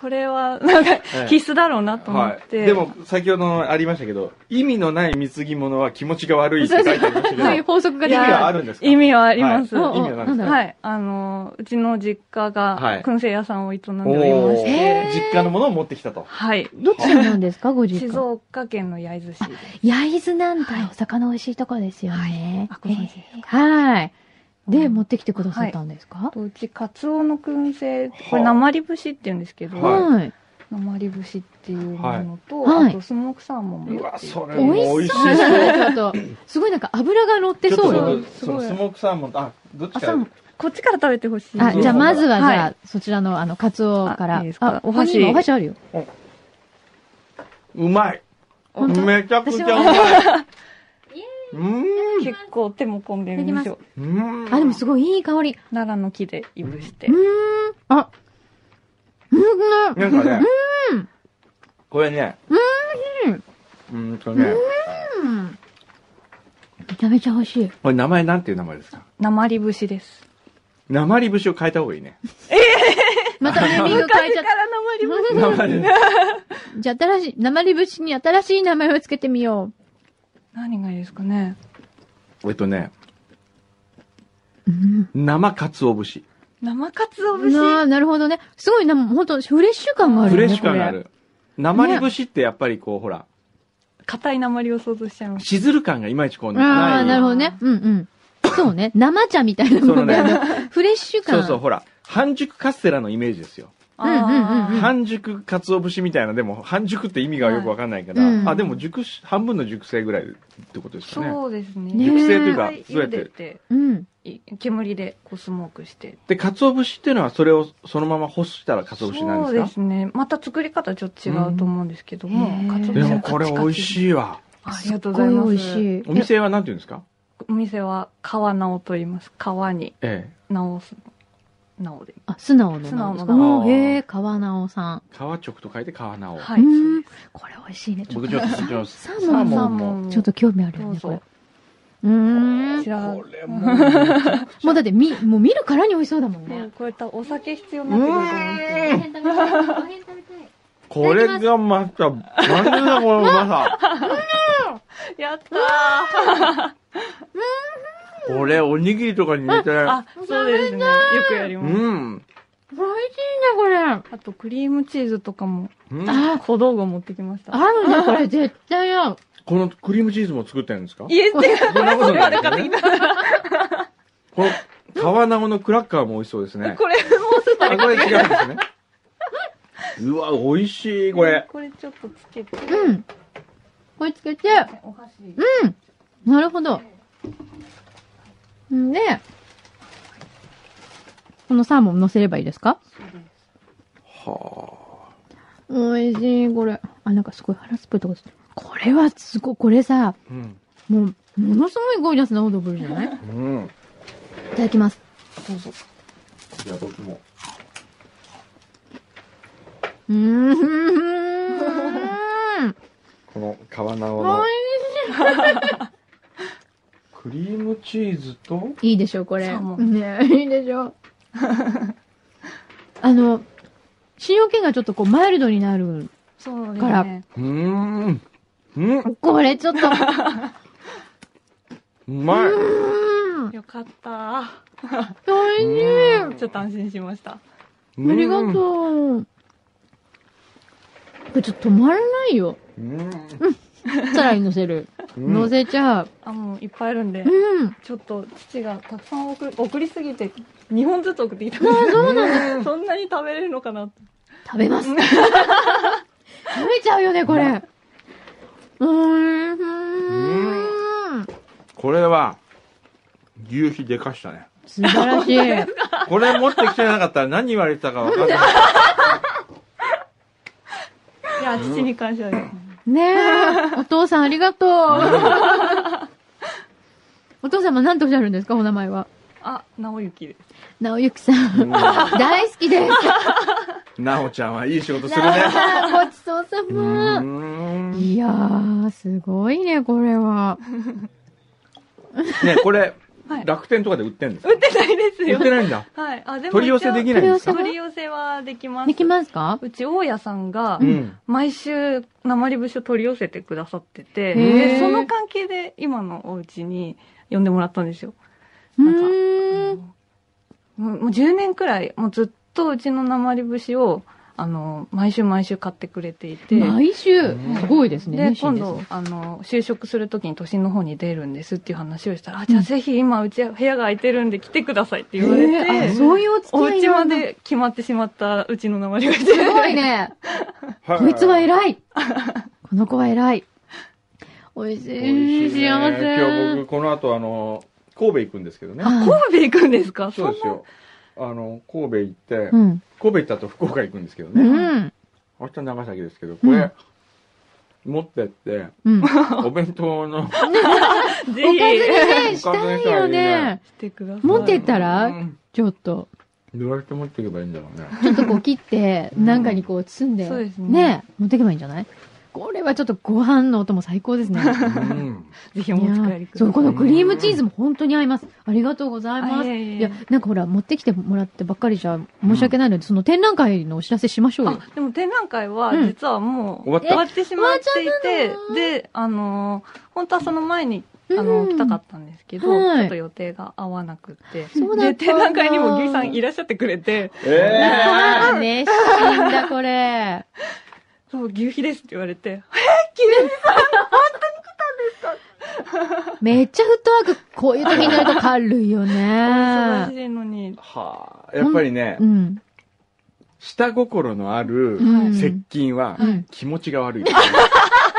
Speaker 4: これは、なんか
Speaker 2: ええ、
Speaker 4: 必須だろうなと思
Speaker 2: は
Speaker 4: っ
Speaker 2: い。
Speaker 4: て。
Speaker 2: でも、先ほどのありましたけど、意味のない貢ぎ物は気持ちが悪いって書いてありましたけど、
Speaker 3: そういう法則が
Speaker 2: 意味
Speaker 3: 出て
Speaker 2: は
Speaker 3: る。
Speaker 2: あるんですか
Speaker 4: 意味はあります。
Speaker 2: は
Speaker 4: はいい、
Speaker 2: 意味はあるんです
Speaker 3: う
Speaker 2: か
Speaker 3: ん
Speaker 4: あの、うちの実家
Speaker 2: はい
Speaker 4: が、燻製屋さんを営んでお
Speaker 2: お
Speaker 4: りまし
Speaker 2: ー
Speaker 4: て、
Speaker 3: へー
Speaker 2: 実家のものを持ってきたと。
Speaker 4: はい。
Speaker 3: どちらなんですか、ご実
Speaker 4: 静
Speaker 3: 家。
Speaker 4: 岡県の焼津市。
Speaker 3: 焼津なんだ、お魚美味しいとこですよね
Speaker 4: はいあご存知です。
Speaker 3: はい。で、
Speaker 4: うん
Speaker 3: 持ってきてくださったんですか
Speaker 4: あとうち、カツオの燻製、こ
Speaker 2: はあ
Speaker 4: れ、鉛節って言うんですけど、
Speaker 2: はい
Speaker 3: はい。
Speaker 4: 鉛節っていうものと、
Speaker 3: はい
Speaker 4: あとスモークサーモン
Speaker 2: う
Speaker 4: も。
Speaker 2: わ、それも
Speaker 3: 美
Speaker 2: 美
Speaker 3: 味
Speaker 2: 味
Speaker 3: し
Speaker 2: し
Speaker 3: そう
Speaker 2: い。
Speaker 3: じゃないちょっと。すごいなんか油が乗って
Speaker 2: ちょっ
Speaker 3: そ
Speaker 2: と
Speaker 3: う
Speaker 2: そ
Speaker 3: よ
Speaker 2: の
Speaker 4: う、
Speaker 2: その
Speaker 4: す
Speaker 2: ス
Speaker 4: ごい
Speaker 2: モークサーモンと、あ、どっち
Speaker 4: あ、
Speaker 2: か
Speaker 4: サーモンこっちから食べてほしい。
Speaker 3: あ、じゃあまずはじゃ
Speaker 4: い
Speaker 3: あ、そちらのあの、カツオから。
Speaker 4: あいいですか
Speaker 3: あ
Speaker 4: お
Speaker 3: こ
Speaker 4: 箸
Speaker 3: こに今お箸あるよ。
Speaker 2: うまい。
Speaker 3: 本当
Speaker 2: めちゃくちゃうまい。う
Speaker 4: 結構手も込んでるんですよ。
Speaker 2: ーん。うーん
Speaker 3: あ、でもすごいいい香り。
Speaker 4: 奈良の木でいぶして
Speaker 3: うー。ん。あ、うん、
Speaker 2: なんかね、これね、うーんとね、
Speaker 3: うん。めちゃめちゃ美味しい。
Speaker 2: これ名前なんていう名前ですか
Speaker 4: 鉛節です。
Speaker 2: 鉛節を変えた方がいいね。
Speaker 3: またネーミング変えちゃっ
Speaker 4: ら鉛節。
Speaker 2: 名前ね
Speaker 3: た。じゃあ新しい、鉛節に新しい名前をつけてみよ
Speaker 4: 何がいいですかね。
Speaker 2: えっとね、
Speaker 3: う。うん。
Speaker 2: 生かつお節。
Speaker 4: 生かつお節。
Speaker 3: なあ、なるほどね。すごいな、ほんと、フレッシュ感がある
Speaker 2: フ
Speaker 3: よね。
Speaker 2: レッシュ感があ
Speaker 3: これ。
Speaker 2: る。鉛節ってやっぱりこう、ほら、
Speaker 4: 硬い鉛を想像しちゃいまし
Speaker 2: しずる感がいまいちこうね
Speaker 3: あ
Speaker 2: な
Speaker 3: あ、
Speaker 2: い。
Speaker 3: なるほどね。うんうん。そうね。生茶みたいなものが、
Speaker 2: そ
Speaker 3: あのフレッシュ
Speaker 2: そ
Speaker 3: 感。
Speaker 2: うそう、ほら、半熟カステラのイメージですよ。
Speaker 4: た。
Speaker 3: うんうんうんうん
Speaker 4: あー
Speaker 2: 半熟かつお節みたいな、でも半熟って意味がよくわかんないから、
Speaker 3: うん
Speaker 2: あ、でも熟し、半分の熟成ぐらいってことですかね。
Speaker 4: そうですね。
Speaker 3: ね
Speaker 2: 熟成というか
Speaker 4: 一、
Speaker 2: そうや
Speaker 4: 回
Speaker 2: っ
Speaker 4: 茹
Speaker 2: て。
Speaker 4: でて、
Speaker 3: うん。
Speaker 4: い煙でこうスモークして。
Speaker 2: で、かつお節っていうのはそれをそのまま干したらかつお節なん
Speaker 4: そう
Speaker 2: で
Speaker 4: ですすね。また作り方ちょっと違うと思うんですけども
Speaker 3: うん、
Speaker 4: 鰹
Speaker 2: か
Speaker 4: 節
Speaker 2: で
Speaker 4: は
Speaker 2: もこれ美味
Speaker 4: い。
Speaker 2: しいわ。
Speaker 4: ありがとうございます
Speaker 3: っ
Speaker 4: す。
Speaker 3: ごい美味しい。
Speaker 2: お店はなんて言うんですか
Speaker 4: お店は川直と言います。川に
Speaker 2: ええ。
Speaker 4: 直す。直で。
Speaker 3: あ、素直の
Speaker 4: 素直の
Speaker 2: 直
Speaker 3: おーへえ、川直さん。
Speaker 2: 川直と書いて川直。
Speaker 4: はい。
Speaker 3: う
Speaker 4: そ
Speaker 3: ん
Speaker 4: うです
Speaker 3: これ美味しいね。ちょっ
Speaker 2: 僕
Speaker 3: と
Speaker 2: ちょっと、ちょっとサ
Speaker 3: ーモン
Speaker 4: サ
Speaker 2: も
Speaker 4: ーモンも
Speaker 3: ちょっと興味ある
Speaker 4: ど
Speaker 3: よ
Speaker 4: う
Speaker 3: ね、これ
Speaker 4: ぞ。。
Speaker 3: うーん
Speaker 4: こち。ら、
Speaker 2: こ
Speaker 4: も
Speaker 2: れもうめちゃくち
Speaker 3: もうだって、み、もう見るからに美味しそうだもん
Speaker 4: う
Speaker 3: ね。
Speaker 4: こういったお酒必要になってくると思うんですけど
Speaker 2: う。んゃ、これがまた、なんでだこのうま
Speaker 3: *laughs*
Speaker 2: さ。
Speaker 4: やったー
Speaker 2: これおにぎりとかに入れて、
Speaker 4: あ、そうですね。よくやり
Speaker 2: う
Speaker 4: ます。
Speaker 2: ん。
Speaker 3: 美味しいね、これ。
Speaker 4: あと、クリームチーズとかも、
Speaker 2: うん
Speaker 3: あ、
Speaker 4: 小道具持ってきました。
Speaker 3: 合うね、これ絶対合う。
Speaker 2: このクリームチーズも作ってるんですか
Speaker 4: いえ、違う。
Speaker 2: そんなことないです
Speaker 4: だか
Speaker 2: よ
Speaker 4: ら
Speaker 2: ね。この、川名のクラッカーも美味しそうですね。
Speaker 4: これ、もうす
Speaker 2: あ、これ違うんですね。うわ、美味しい、これ。
Speaker 4: これちょっとつけて。
Speaker 3: うん。これつけて、
Speaker 4: お箸。
Speaker 3: うん。なるほど。んで、このサーモン乗せればいいですか
Speaker 2: は
Speaker 3: 美味しい、これ。あ、なんかすごい腹すっぽいとこです。これはすごい、これさ、
Speaker 2: あ。うん。
Speaker 3: もう、ものすごいゴージャスなオードブルじゃないい
Speaker 2: うん。
Speaker 3: ただきます。
Speaker 4: どうぞ。
Speaker 2: じゃあ僕も。
Speaker 3: うーん。
Speaker 2: この川名
Speaker 3: お
Speaker 2: の
Speaker 3: い
Speaker 2: クリームチーズと、
Speaker 3: いいでしょ、これ。
Speaker 4: サーモ
Speaker 3: ねいいでしょ。 *laughs* あの、塩気がちょっとこう、マイルドになる。
Speaker 4: そうで
Speaker 3: か
Speaker 4: す
Speaker 3: ら
Speaker 4: ね。
Speaker 2: うーん。うん、う
Speaker 3: これち
Speaker 2: *laughs*
Speaker 3: ょっと、う
Speaker 2: まい。
Speaker 3: ーん。
Speaker 4: よかった
Speaker 3: おいしい。
Speaker 4: ー。ちょっと安心しました。
Speaker 3: ありが
Speaker 2: う
Speaker 3: とう。これちょっと止まらないよ。
Speaker 2: ん。うん。
Speaker 3: さらに乗せ
Speaker 2: う
Speaker 3: る。
Speaker 2: ん
Speaker 3: 乗せちゃう。
Speaker 4: あ、もういっぱいあるんで
Speaker 3: う。ん。
Speaker 4: ちょっと父がたくさん送り送りすぎて、2本ずつ送ってきた。
Speaker 3: そうなの
Speaker 2: うん
Speaker 4: *laughs* そんなに食べれるのかなって
Speaker 3: 食べます。食べちゃうよね、これ。うーん。
Speaker 2: これは、牛皮でかしたね。
Speaker 3: 素晴ら
Speaker 2: *laughs*
Speaker 3: しい。
Speaker 2: これ持ってきてなかったら何言われてたか分かんない。
Speaker 4: いや、父に感謝です。
Speaker 3: ねえ。お父さんありがとう。お父様何とおっしゃるんですか、お名前は。
Speaker 4: あ、直行です。
Speaker 3: 直行さん。
Speaker 2: うん
Speaker 3: *laughs* 大好きです。
Speaker 2: なおちゃんはいい仕事する
Speaker 3: 直行
Speaker 2: ね。
Speaker 3: さん、ごちそうさ
Speaker 2: う
Speaker 3: ま。
Speaker 2: ーん
Speaker 3: いやー、すごいね、これは。
Speaker 2: ねこれ、
Speaker 4: はい
Speaker 2: 楽天とかで売ってんですか
Speaker 4: 売ってないです
Speaker 2: 売
Speaker 4: よ
Speaker 2: っ。てないんだ。
Speaker 4: はい。あ、でも
Speaker 2: 取り寄せできないんですか
Speaker 3: は
Speaker 4: 取り寄せはできます。
Speaker 3: できますか
Speaker 4: うち、大家さんが
Speaker 2: う、ん。
Speaker 4: 毎週、鉛節を取り寄せてくださってて、
Speaker 3: へー
Speaker 4: でその関係で、今のお家に呼んでもらったんですよ。
Speaker 3: う
Speaker 4: なんか
Speaker 3: ーん。
Speaker 4: もうもう10年くらい、もうずっとうちの鉛節を、あの、毎週毎週買ってくれていて、
Speaker 3: 毎週
Speaker 2: うん、
Speaker 3: すごいですね。
Speaker 4: で、
Speaker 3: 熱心
Speaker 4: 今
Speaker 3: ですね
Speaker 4: 度、あの、就職するときに都心の方に出るんですっていう話をしたら、あ、じゃあぜひ今、うち部屋が空いてるんで来てくださいって言われて、
Speaker 3: えーあそういうお付き
Speaker 4: お
Speaker 3: 合い
Speaker 4: 家
Speaker 3: な
Speaker 4: ま
Speaker 3: んだ
Speaker 4: で決まってしまったうちの鉛節。
Speaker 3: すごいね。
Speaker 2: は
Speaker 3: こいつは偉
Speaker 4: *laughs*
Speaker 3: い。この子は偉い。美味し
Speaker 2: 美味
Speaker 3: い。
Speaker 2: しいね
Speaker 3: 幸せ。
Speaker 2: 今日僕、この後、あの、神戸行くんですけどね。
Speaker 3: あ
Speaker 4: 神戸行くんですか
Speaker 2: そうですよ。あの、神戸行って
Speaker 3: う、ん。
Speaker 2: 神戸行った後福岡行くんですけど
Speaker 3: う
Speaker 2: ね。
Speaker 3: ん。
Speaker 2: 明日長崎ですけど、これ、持ってって、
Speaker 3: *laughs* うん。おか
Speaker 2: お弁当の、
Speaker 4: そんな
Speaker 3: ず
Speaker 4: ぜ
Speaker 3: に
Speaker 4: ひ
Speaker 3: ね、したいよね。
Speaker 4: 来てください。
Speaker 3: 持ってった
Speaker 2: う
Speaker 3: ら、
Speaker 2: ん
Speaker 3: ちょっと、
Speaker 2: どうやって持っていけばいいんだろうね。
Speaker 3: ちょっとこう切って、
Speaker 2: うん
Speaker 3: なんかにこう包んで、
Speaker 4: そうですね
Speaker 3: ね持ってけばいいんじゃないこれはちょっとご飯のお供最高ですね。
Speaker 2: うん。
Speaker 4: ぜ *laughs* ひお持ち帰りください。
Speaker 3: そう、このクリームチーズも本当に合います。ありがとうございま
Speaker 4: あい
Speaker 3: す。
Speaker 4: えいえ
Speaker 3: いや、なんかほら、持ってきてもらってばっかりじゃ申し訳ないので、その展覧会のお知らせしましょうよ
Speaker 4: あ。、でも展覧会は
Speaker 3: うん
Speaker 4: 実はもう
Speaker 2: 終わった
Speaker 4: 終わってしまってい
Speaker 3: 終わ
Speaker 4: て
Speaker 3: っちゃったの、
Speaker 4: で、あのー、本当はその前に、あの
Speaker 3: う
Speaker 4: ー、
Speaker 3: ん
Speaker 4: 来たかったんですけど、
Speaker 3: はい
Speaker 4: ちょっと予定が合わなくて。
Speaker 3: そうだったんだ
Speaker 4: で、展覧会にもギリ
Speaker 3: *laughs*
Speaker 4: さんいらっしゃってくれて、
Speaker 2: ええ
Speaker 3: ああ、熱心だ、これ。
Speaker 4: そう、牛皮ですって言われて、
Speaker 3: めっちゃフットワーク、こういう時になると軽いよ
Speaker 4: *laughs* 忙
Speaker 3: ね。
Speaker 4: しいのに。
Speaker 2: はあ、やっぱりね
Speaker 3: う、ん。
Speaker 2: 下心のある
Speaker 3: うん
Speaker 2: 接近は
Speaker 3: はい
Speaker 2: 気持ちが悪い。
Speaker 4: だ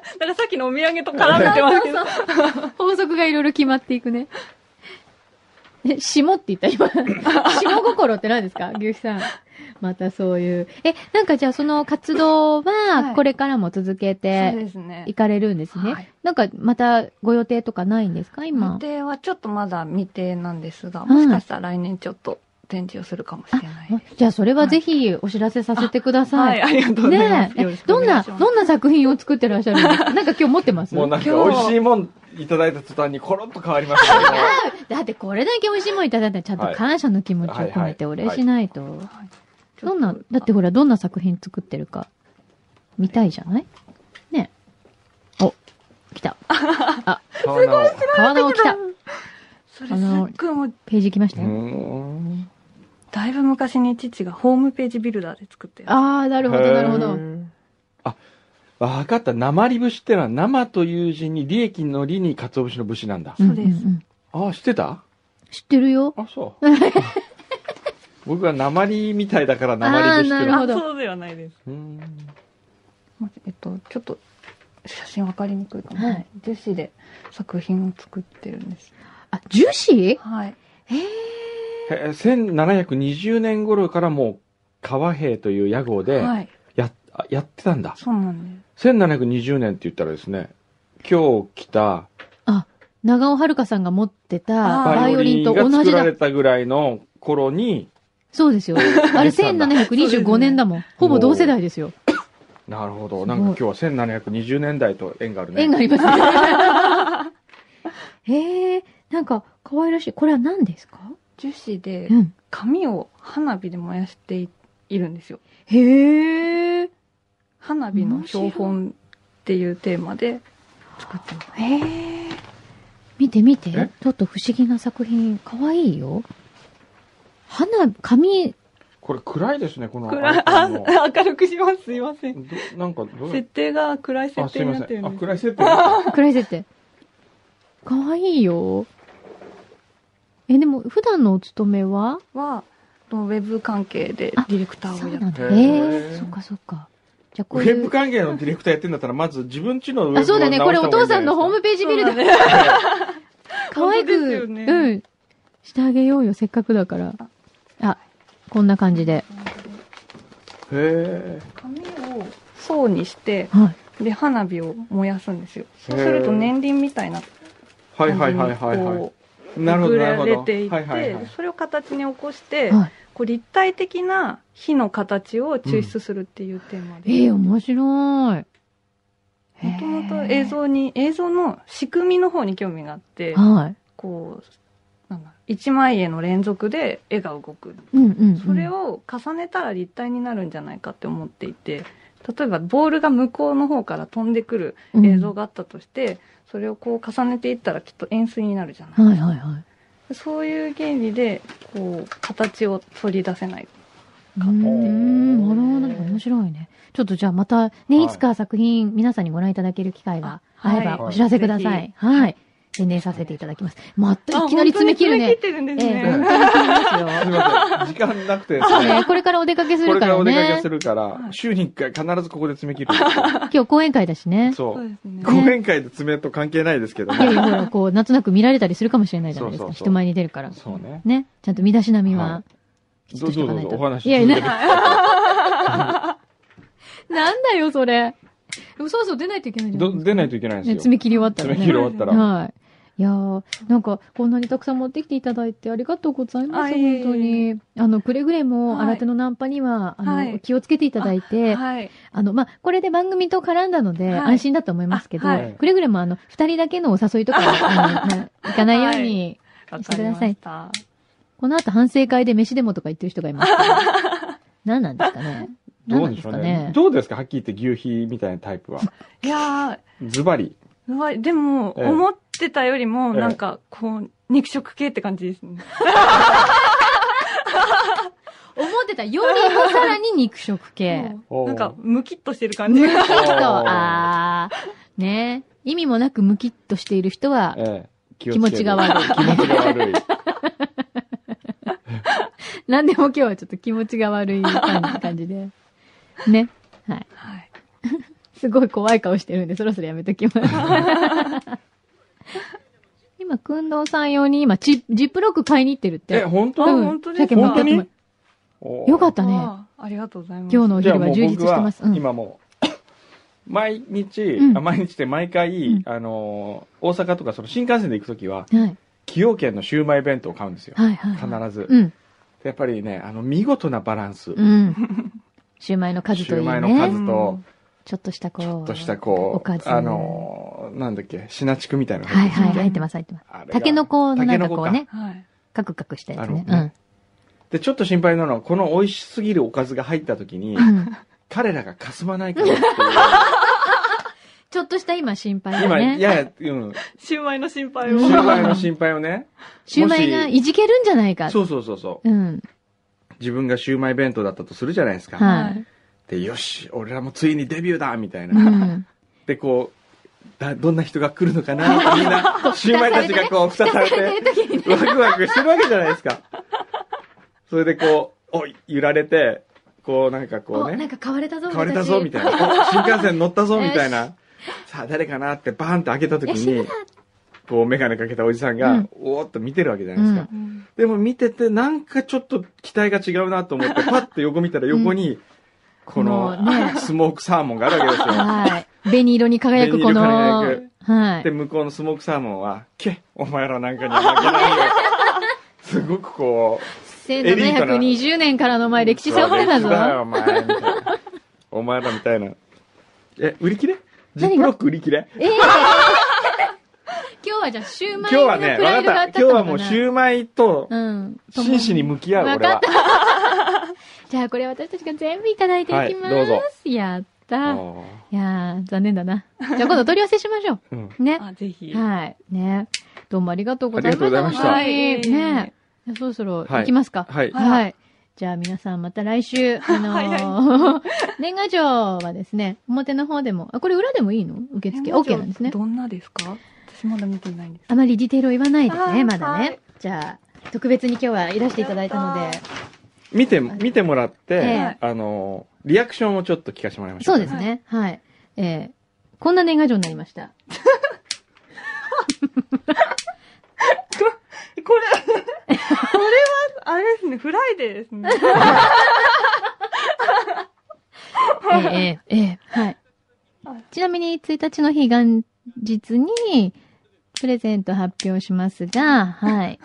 Speaker 4: からさっきのお土産と絡めてます *laughs* けど。
Speaker 3: 法則がいろいろ決まっていくね。 *laughs* え、霜って言った
Speaker 4: *laughs*
Speaker 3: 今。霜心って何ですか牛肥さん。またそういう。え、なんかじゃあその活動
Speaker 4: は
Speaker 3: は、
Speaker 4: い
Speaker 3: これからも続け
Speaker 4: そう
Speaker 3: て
Speaker 4: ですね
Speaker 3: い。かれるんですね。
Speaker 4: はい
Speaker 3: なんかまたご予定とかないんですか
Speaker 4: 未
Speaker 3: 今。
Speaker 4: 定はちょっとまだ未定なんですが、
Speaker 3: ん
Speaker 4: もしかしたら来年ちょっと展示をするかもしれないです。
Speaker 3: じゃあそれはぜひお知らせさせてくださ。
Speaker 4: はいい、ありがとうございま
Speaker 3: ね
Speaker 4: す。
Speaker 3: え
Speaker 4: よろし
Speaker 3: え、
Speaker 4: くお
Speaker 3: どん
Speaker 4: 願い
Speaker 3: な、
Speaker 4: します
Speaker 3: どんな作品を作ってらっしゃるんですかなんか今日持ってま
Speaker 2: *laughs*
Speaker 3: す
Speaker 2: もうなんか
Speaker 4: 今日
Speaker 2: 美味しいもんいただいた途端にコロッと変わりますけど。
Speaker 3: だってこれだけ美味しいもんいただいたらちゃんと感謝の気持ちを込めてお礼しないと。
Speaker 4: はいちょ
Speaker 3: ど
Speaker 4: っと
Speaker 3: んな、だってほら、どんな作品作ってるか、見たいじゃないねえ。お、来た。 *laughs*
Speaker 2: すごい
Speaker 3: 川直来た。
Speaker 4: それすっごいもう、
Speaker 3: ページ来ました
Speaker 2: うー
Speaker 3: よ。
Speaker 2: ん。
Speaker 4: だいぶ昔に父がホームページビルダーで作ってる。
Speaker 3: あー、なるほど、なるほ
Speaker 2: へ
Speaker 3: ど。
Speaker 2: ー。あ、わかった。鉛節ってのは生という字に利益の利に鰹節の節なんだ。
Speaker 4: そうです
Speaker 3: んんん
Speaker 2: ああ、知ってた
Speaker 3: 知ってるよ。
Speaker 2: あ、
Speaker 3: *laughs*
Speaker 2: そう。 *laughs* 僕は鉛みたいだから鉛節って
Speaker 3: な
Speaker 2: の
Speaker 3: るほど
Speaker 4: あそうではないです。
Speaker 2: うーん
Speaker 4: えっと、ちょっと、写真わかりにくいかも。
Speaker 3: はい
Speaker 4: 樹脂で作品を作ってるんです。
Speaker 3: あ、樹脂
Speaker 4: はい。
Speaker 3: えー。
Speaker 2: へ1720年頃からもう川兵という屋号で
Speaker 4: はい。
Speaker 2: や,、あやってたんだ。
Speaker 4: そうなんです。
Speaker 2: 1720年って言ったらですね、今日来た
Speaker 3: 長尾遥さんが持ってた
Speaker 4: あー
Speaker 3: バ
Speaker 2: バ
Speaker 3: イ
Speaker 2: イ
Speaker 3: オ
Speaker 2: オ
Speaker 3: リ
Speaker 2: リ
Speaker 3: ン
Speaker 2: ン
Speaker 3: と
Speaker 2: が
Speaker 3: 同じ
Speaker 2: 作ら
Speaker 3: だ
Speaker 2: れ。たぐらいの頃に、
Speaker 3: そう *laughs* ですよ。あれ1725年だもん。ほぼ同世代ですよ。
Speaker 2: なるほ
Speaker 3: す
Speaker 2: ど。
Speaker 3: ごい
Speaker 2: なんか今日は1720年代と縁があるね。
Speaker 3: 縁がありますね。 *laughs* へえー、なんか可愛らしい。これは何ですか
Speaker 4: 樹脂で
Speaker 3: うん。
Speaker 4: 紙を花火で燃やしていいるんですよ。
Speaker 3: へえ。
Speaker 4: 花火の標本っていうテーマで作ってます。
Speaker 3: へえ。見て見て
Speaker 2: え。
Speaker 3: ちょっと不思議な作品。かわいいよ。花、紙、
Speaker 2: これ暗いですね、この
Speaker 4: *laughs* 暗い、
Speaker 2: iPhone の
Speaker 4: あ、明るくします。すいません。
Speaker 2: どなんかどうや
Speaker 4: 設定が暗い
Speaker 2: あ、
Speaker 4: 設
Speaker 2: す
Speaker 4: 定
Speaker 2: い
Speaker 4: に
Speaker 2: ま
Speaker 4: なって
Speaker 2: せ
Speaker 4: る
Speaker 2: ん。あ、
Speaker 4: んです。
Speaker 2: 暗い設定だ
Speaker 3: 暗い設定。かわいいよ。え、でも、普段のお勤めは
Speaker 4: は、ウェブ関係で
Speaker 3: あ
Speaker 4: ディレクタ
Speaker 3: そ
Speaker 4: ーを
Speaker 3: う
Speaker 4: や
Speaker 3: な
Speaker 4: っ
Speaker 3: んだ。
Speaker 2: へ
Speaker 3: え
Speaker 2: ー
Speaker 3: ー、そっかそっか。じゃあ、こ
Speaker 2: ウ
Speaker 3: うい
Speaker 2: ェブ
Speaker 3: う。
Speaker 2: 関係のディレクターやってんだったら、まず自分ちのウェブを
Speaker 3: あ、そうだね。これお父さんのホームページ見るだ
Speaker 4: て。
Speaker 3: 可愛
Speaker 4: 本当です
Speaker 3: く、
Speaker 4: よね
Speaker 3: うん。してあげようよ、せっかくだから。あ、こんな感じで。
Speaker 2: ペへ
Speaker 4: 紙を層にして、
Speaker 3: はい。
Speaker 4: で、花火を燃やすんですよ。そうす
Speaker 2: へ
Speaker 4: る
Speaker 2: ー
Speaker 4: と年輪みたいな
Speaker 2: ーは
Speaker 4: 感
Speaker 2: い
Speaker 4: じにこう。
Speaker 2: はいはいはいはい。なるほ
Speaker 4: 膨
Speaker 2: ど、なる
Speaker 4: ら
Speaker 2: ほ
Speaker 4: れ
Speaker 2: ど。
Speaker 4: てい
Speaker 2: はいはい
Speaker 4: て
Speaker 2: はい、。
Speaker 4: それを形に起こして、
Speaker 3: はい
Speaker 4: こう立体的な火の形を抽出するっていうテーマ
Speaker 3: ええ
Speaker 4: で、
Speaker 3: 面白い。
Speaker 4: もともと映像に、映像の仕組みの方に興味があって、
Speaker 3: は
Speaker 4: こう、なんだ、一枚絵の連続で絵が動く。
Speaker 3: い。うんうん、うん。
Speaker 4: それを重ねたら立体になるんじゃないかって思っていて、例えばボールが向こうの方から飛んでくる映像があったとして、それをこう重ねていったらきっと円錐になるじゃない
Speaker 3: うん、はいはいはい。
Speaker 4: そういう原理で、こう、形を取り出せない。
Speaker 3: うーん、なるほどね。面白いね。ちょっとじゃあまた、ね、
Speaker 2: はい
Speaker 3: いつか作品、皆さんにご覧いただける機会があれば
Speaker 2: はい
Speaker 3: お知らせください。はい。宣伝させていただきます。またいきなり詰め切る
Speaker 4: あ本
Speaker 3: ね。
Speaker 4: 当に詰め切ってる
Speaker 3: ええ、
Speaker 4: んです
Speaker 3: 本
Speaker 4: ね。
Speaker 3: 当に切り *laughs* ます
Speaker 2: すい
Speaker 3: よ。
Speaker 2: ません。時間なくてです
Speaker 3: そう
Speaker 2: ね。
Speaker 3: ね、これからお出かけす
Speaker 2: こ
Speaker 3: る
Speaker 2: れか
Speaker 3: か
Speaker 2: ら
Speaker 3: ら
Speaker 2: お出かけ
Speaker 3: ね
Speaker 2: す。るから、週に1回必ずここで詰め切るんですよ。
Speaker 3: 今日講演会だしね。
Speaker 2: そ
Speaker 4: そう
Speaker 2: う。
Speaker 4: ですね。
Speaker 2: 講演会で詰めと関係ないですけど
Speaker 3: いやい
Speaker 2: ね。
Speaker 3: *laughs* や、ほら、こう、なんとなく見られたりするかもしれないじゃないです
Speaker 2: そ
Speaker 3: か。
Speaker 2: うそうそう
Speaker 3: 人前に出るから。
Speaker 2: そうね。
Speaker 3: ね。ちゃんと身だしなみ
Speaker 2: は
Speaker 3: は、きち
Speaker 2: ど
Speaker 3: っと
Speaker 2: う
Speaker 3: し
Speaker 2: ぞど
Speaker 3: と
Speaker 2: う
Speaker 3: かない
Speaker 2: ぞ
Speaker 3: と。
Speaker 2: お話し
Speaker 3: いや
Speaker 2: 続
Speaker 3: い
Speaker 2: け
Speaker 3: や
Speaker 2: てください。
Speaker 3: なんだよ、それ。でもそろそろ出ないといけないじゃ
Speaker 2: ど
Speaker 3: ん。
Speaker 2: 出ないといけないん
Speaker 3: ね
Speaker 2: です
Speaker 3: 詰
Speaker 2: よ。
Speaker 3: め切り終わったら
Speaker 2: 詰
Speaker 3: ね。
Speaker 2: め切り終わったら。
Speaker 3: はい。いやーなんか、こんなにたくさん持ってきていただいてありがとうございま
Speaker 4: あ
Speaker 3: す、
Speaker 4: いえ
Speaker 3: 本
Speaker 4: いえ
Speaker 3: 当に。あの、くれぐれも、
Speaker 4: はい
Speaker 3: 新手のナンパには、あの、
Speaker 4: はい
Speaker 3: 気をつけていただいて、あ
Speaker 4: はい。
Speaker 3: の、まあ、これで番組と絡んだので、
Speaker 4: はい
Speaker 3: 安心だと思いますけど、
Speaker 4: あはい
Speaker 3: くれぐれも、あの、二人だけのお誘い
Speaker 4: *laughs*
Speaker 3: とか、あの、まあ行かないように、
Speaker 4: わ
Speaker 3: して
Speaker 4: か
Speaker 3: く
Speaker 4: り
Speaker 3: だ
Speaker 4: ま
Speaker 3: さい
Speaker 4: した。
Speaker 3: この後反省会で飯でもとか言ってる人がいますけど、
Speaker 4: *laughs*
Speaker 3: 何なんですかね。
Speaker 2: ど
Speaker 3: 何な
Speaker 2: うんで
Speaker 3: で
Speaker 2: し
Speaker 3: す
Speaker 2: ょう
Speaker 3: か
Speaker 2: ね
Speaker 3: ね。。
Speaker 2: どうですかはっきり言って牛皮みたいなタイプは。
Speaker 4: いや
Speaker 2: ズバリ。
Speaker 4: ー、うわでも、
Speaker 2: ええ
Speaker 4: 思ってたよりも、
Speaker 2: ええ
Speaker 4: なんか、こう、肉食系って感じですね。
Speaker 3: 思っってた。よりもさらに肉食系。
Speaker 2: おー
Speaker 4: なんか、ムキッとしてる感じが。
Speaker 3: ちょっと、あー、ね意味もなくムキッとしている人は、
Speaker 2: ええ気を
Speaker 3: 気
Speaker 2: つけ
Speaker 3: 持
Speaker 2: て
Speaker 3: ちが悪い。
Speaker 2: 気持ちが悪い。
Speaker 3: 何でも今日はちょっと気持ちが悪い感じ感じで。 *laughs* ね。はい。
Speaker 4: はい。
Speaker 3: すごい怖い顔してるんで、そろそろやめとき *laughs* ます。今、くんどうさん用に今チ、ジップロック買いに行ってるっ
Speaker 2: え、
Speaker 3: て。
Speaker 2: 本
Speaker 4: あ、
Speaker 2: 当に
Speaker 4: 本当で
Speaker 3: さ
Speaker 4: すか
Speaker 3: っき
Speaker 2: 本当
Speaker 3: も
Speaker 2: に
Speaker 3: よか
Speaker 2: っ
Speaker 3: ったね。
Speaker 4: あーありがとうございます。
Speaker 3: 今日のお
Speaker 2: じゃあ
Speaker 3: 昼は
Speaker 2: もう
Speaker 3: 充実
Speaker 2: 僕
Speaker 3: してま
Speaker 2: は
Speaker 3: す。うん。
Speaker 2: 今もう、毎日、
Speaker 3: うん
Speaker 2: あ毎日で毎回、
Speaker 3: うん
Speaker 2: あのー、大阪とかその新幹線で行くときは、
Speaker 3: はい。
Speaker 2: 崎陽軒のシウマイ弁当を買うんですよ。
Speaker 3: はいはい。
Speaker 2: 必ず。
Speaker 3: うん。
Speaker 2: やっぱりね、あの、見事なバランス。
Speaker 3: うん。
Speaker 2: *laughs*
Speaker 3: シューマイの数とい
Speaker 2: シュー
Speaker 3: い
Speaker 2: マイの
Speaker 3: ね。
Speaker 2: 数と、
Speaker 3: ちょっとしたこう。ちょ
Speaker 2: としたこ
Speaker 3: おか
Speaker 2: う、
Speaker 3: ず。
Speaker 2: あ、のー、なんだっけ、シナチクみたいなの
Speaker 3: はいはい、入って
Speaker 2: ま
Speaker 3: ます入ってます。
Speaker 2: す
Speaker 3: タケノコのなんかこう。ね、
Speaker 4: はい。
Speaker 3: カクカクしたやつね。
Speaker 2: あのねで、ちょっと心配なのは、この美味しすぎるおかずが入った時に
Speaker 3: う、ん。うん
Speaker 2: 彼らがかすまないからっていう。
Speaker 3: ちょっとした今心 *laughs* 配
Speaker 2: 今、
Speaker 3: だ
Speaker 2: や
Speaker 3: ね。
Speaker 2: や、うん、
Speaker 4: シューマイの心配を。
Speaker 2: 心配の心配をね。
Speaker 3: シューマイがいじけるんじゃないか。
Speaker 2: そうそうそうそう。
Speaker 3: うん。
Speaker 2: 自分がシューマイ弁当だったとするじゃないですか。
Speaker 3: はい。
Speaker 2: で、よし、俺らもついにデビューだみたいうな。
Speaker 3: ん。
Speaker 2: で、こう、だどんな人が来るのかなってみん
Speaker 3: *laughs*
Speaker 2: な、シューマイたちがこう、蓋されて、
Speaker 3: 時に
Speaker 2: ワクワクしてるわけじゃないですか。それでこう、おい、揺られて、こうなんかこ
Speaker 3: お、
Speaker 2: う
Speaker 3: なん
Speaker 2: ね、
Speaker 3: か買われたぞ、
Speaker 2: 買われたぞみたい
Speaker 3: な。
Speaker 2: な、お新幹線乗ったぞみたい
Speaker 3: *laughs* よ
Speaker 2: な。さあ、誰かなってバーンって開けた時
Speaker 3: よし
Speaker 2: に、こう、メガネかけたおじさん
Speaker 3: う
Speaker 2: が
Speaker 3: ん、
Speaker 2: おーっと見てるわけじゃないですか。
Speaker 4: うん
Speaker 2: でも見てて、なんかちょっと期待が違うなと思って、パッと横見たら横に、この
Speaker 3: もうね、
Speaker 2: スモークサーモンがあるわけですよ。
Speaker 3: はい。紅色に輝くこの、
Speaker 2: 紅色
Speaker 3: は
Speaker 2: にで、
Speaker 3: い。
Speaker 2: 向こうのスモークサーモンは、け、お前らなんかには負けないよ。すごくこ
Speaker 3: 1720年からの
Speaker 2: う。
Speaker 3: 前歴史サボれだ
Speaker 2: 歴史だよ
Speaker 3: ぞ。
Speaker 2: お前、みたいな。お前らみたいな。え、売り切れジッ
Speaker 3: 何
Speaker 2: プ
Speaker 3: が
Speaker 2: ロック売り切れ
Speaker 3: ええ
Speaker 2: *laughs*
Speaker 3: 今日はじゃあシュー
Speaker 2: 今
Speaker 3: マイ
Speaker 2: 日
Speaker 3: の
Speaker 2: はね、
Speaker 3: プラ
Speaker 2: わ
Speaker 3: イドが
Speaker 2: か
Speaker 3: あ
Speaker 2: っ。
Speaker 3: ったたの
Speaker 2: 今日
Speaker 3: か
Speaker 2: は
Speaker 3: な
Speaker 2: もうシューマイと
Speaker 3: うん。
Speaker 2: 真摯に向き合う、
Speaker 3: わ
Speaker 2: 俺
Speaker 3: かっ
Speaker 2: は。
Speaker 3: た。じゃあこれ私たちが全部いただいていきます。
Speaker 2: はいどう
Speaker 3: やったー。
Speaker 2: おー
Speaker 3: いやー、残念だな。じゃあ今度取り寄せしましょ
Speaker 2: うん
Speaker 3: う。ね。
Speaker 4: あ、ぜひ。
Speaker 3: はい。ね。どうもありがとうございまし
Speaker 2: あり
Speaker 3: た。
Speaker 2: がとうございました
Speaker 3: はい。
Speaker 4: は
Speaker 3: ね
Speaker 4: い。
Speaker 3: じゃあそろそろ
Speaker 2: はい
Speaker 3: 行きますか。
Speaker 2: はい。
Speaker 4: はい
Speaker 3: はい。じゃあ皆さんまた来週、あの
Speaker 4: はい
Speaker 3: ー、 *laughs* 年賀状はですね、表の方でも、あ、これ裏でもいいの受付、OK なんですね。
Speaker 4: どんなですか私まだ見てないんです。
Speaker 3: あまりディテールを言わないで
Speaker 4: は
Speaker 3: ね、
Speaker 4: い
Speaker 3: まだ
Speaker 4: は
Speaker 3: ね
Speaker 4: い。
Speaker 3: じゃあ、特別に今日はいらしていただいた
Speaker 4: や
Speaker 3: の
Speaker 4: っ
Speaker 3: で
Speaker 4: た、
Speaker 2: 見て、見てもらっ
Speaker 3: え
Speaker 2: て
Speaker 4: え、
Speaker 2: あの、リアクションをちょっと聞かせてもらいましょ
Speaker 3: そうう
Speaker 2: か
Speaker 3: ですね。はい。えー、こんな年賀状になりました。
Speaker 4: *laughs* これ、 *laughs* これは、あれですね、フライデーですね。
Speaker 3: えー、えー、えー、はい
Speaker 4: は。
Speaker 3: ちなみに、1日の日元日に、プレゼント発表しますが、 *laughs* はい。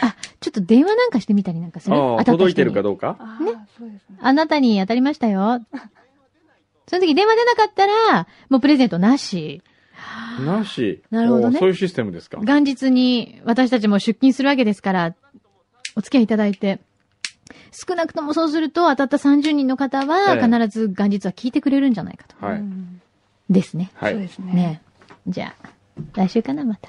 Speaker 3: あ、ちょっと電話なんかしてみたりなんかする
Speaker 2: ああ
Speaker 3: 当たった人
Speaker 2: 届
Speaker 3: に
Speaker 2: いてるかどうか
Speaker 4: *laughs* あーそうですね。
Speaker 3: あなたに当たりましたよ。その時電話出なかったら、もうプレゼントなし。
Speaker 2: なし。
Speaker 3: なるほど
Speaker 2: お
Speaker 3: ね
Speaker 2: ーそういうシステムですか。
Speaker 3: 元日に私たちも出勤するわけですから、お付き合いいただいて。少なくともそうすると当たった30人の方は
Speaker 2: え
Speaker 3: 必
Speaker 2: え
Speaker 3: ず元日は聞いてくれるんじゃないかと。
Speaker 2: は
Speaker 4: う
Speaker 2: い。
Speaker 4: ん
Speaker 3: ですね。
Speaker 2: は
Speaker 4: そう
Speaker 2: い
Speaker 4: で。すね。
Speaker 3: ねえじゃあ、来週かな、また。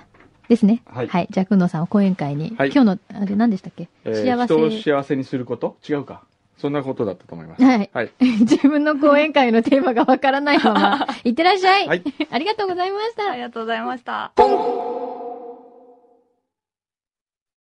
Speaker 3: ですね。
Speaker 2: はい
Speaker 3: じゃあ、くんのさんを講演会に。
Speaker 2: はい
Speaker 3: 今日の、あれ何でしたっけ、
Speaker 2: えー
Speaker 3: 幸
Speaker 2: 人を
Speaker 3: せ。
Speaker 2: 幸せにすること違うか。そんなことだったと思います。
Speaker 3: はい。
Speaker 2: はい。
Speaker 3: *laughs* 自分の講演会のテ
Speaker 2: *laughs*
Speaker 3: ーマがわからないまま、いってらっしゃい。
Speaker 2: はい
Speaker 3: *laughs* ありがとうございました
Speaker 4: あ。りがとうございました。
Speaker 2: ポン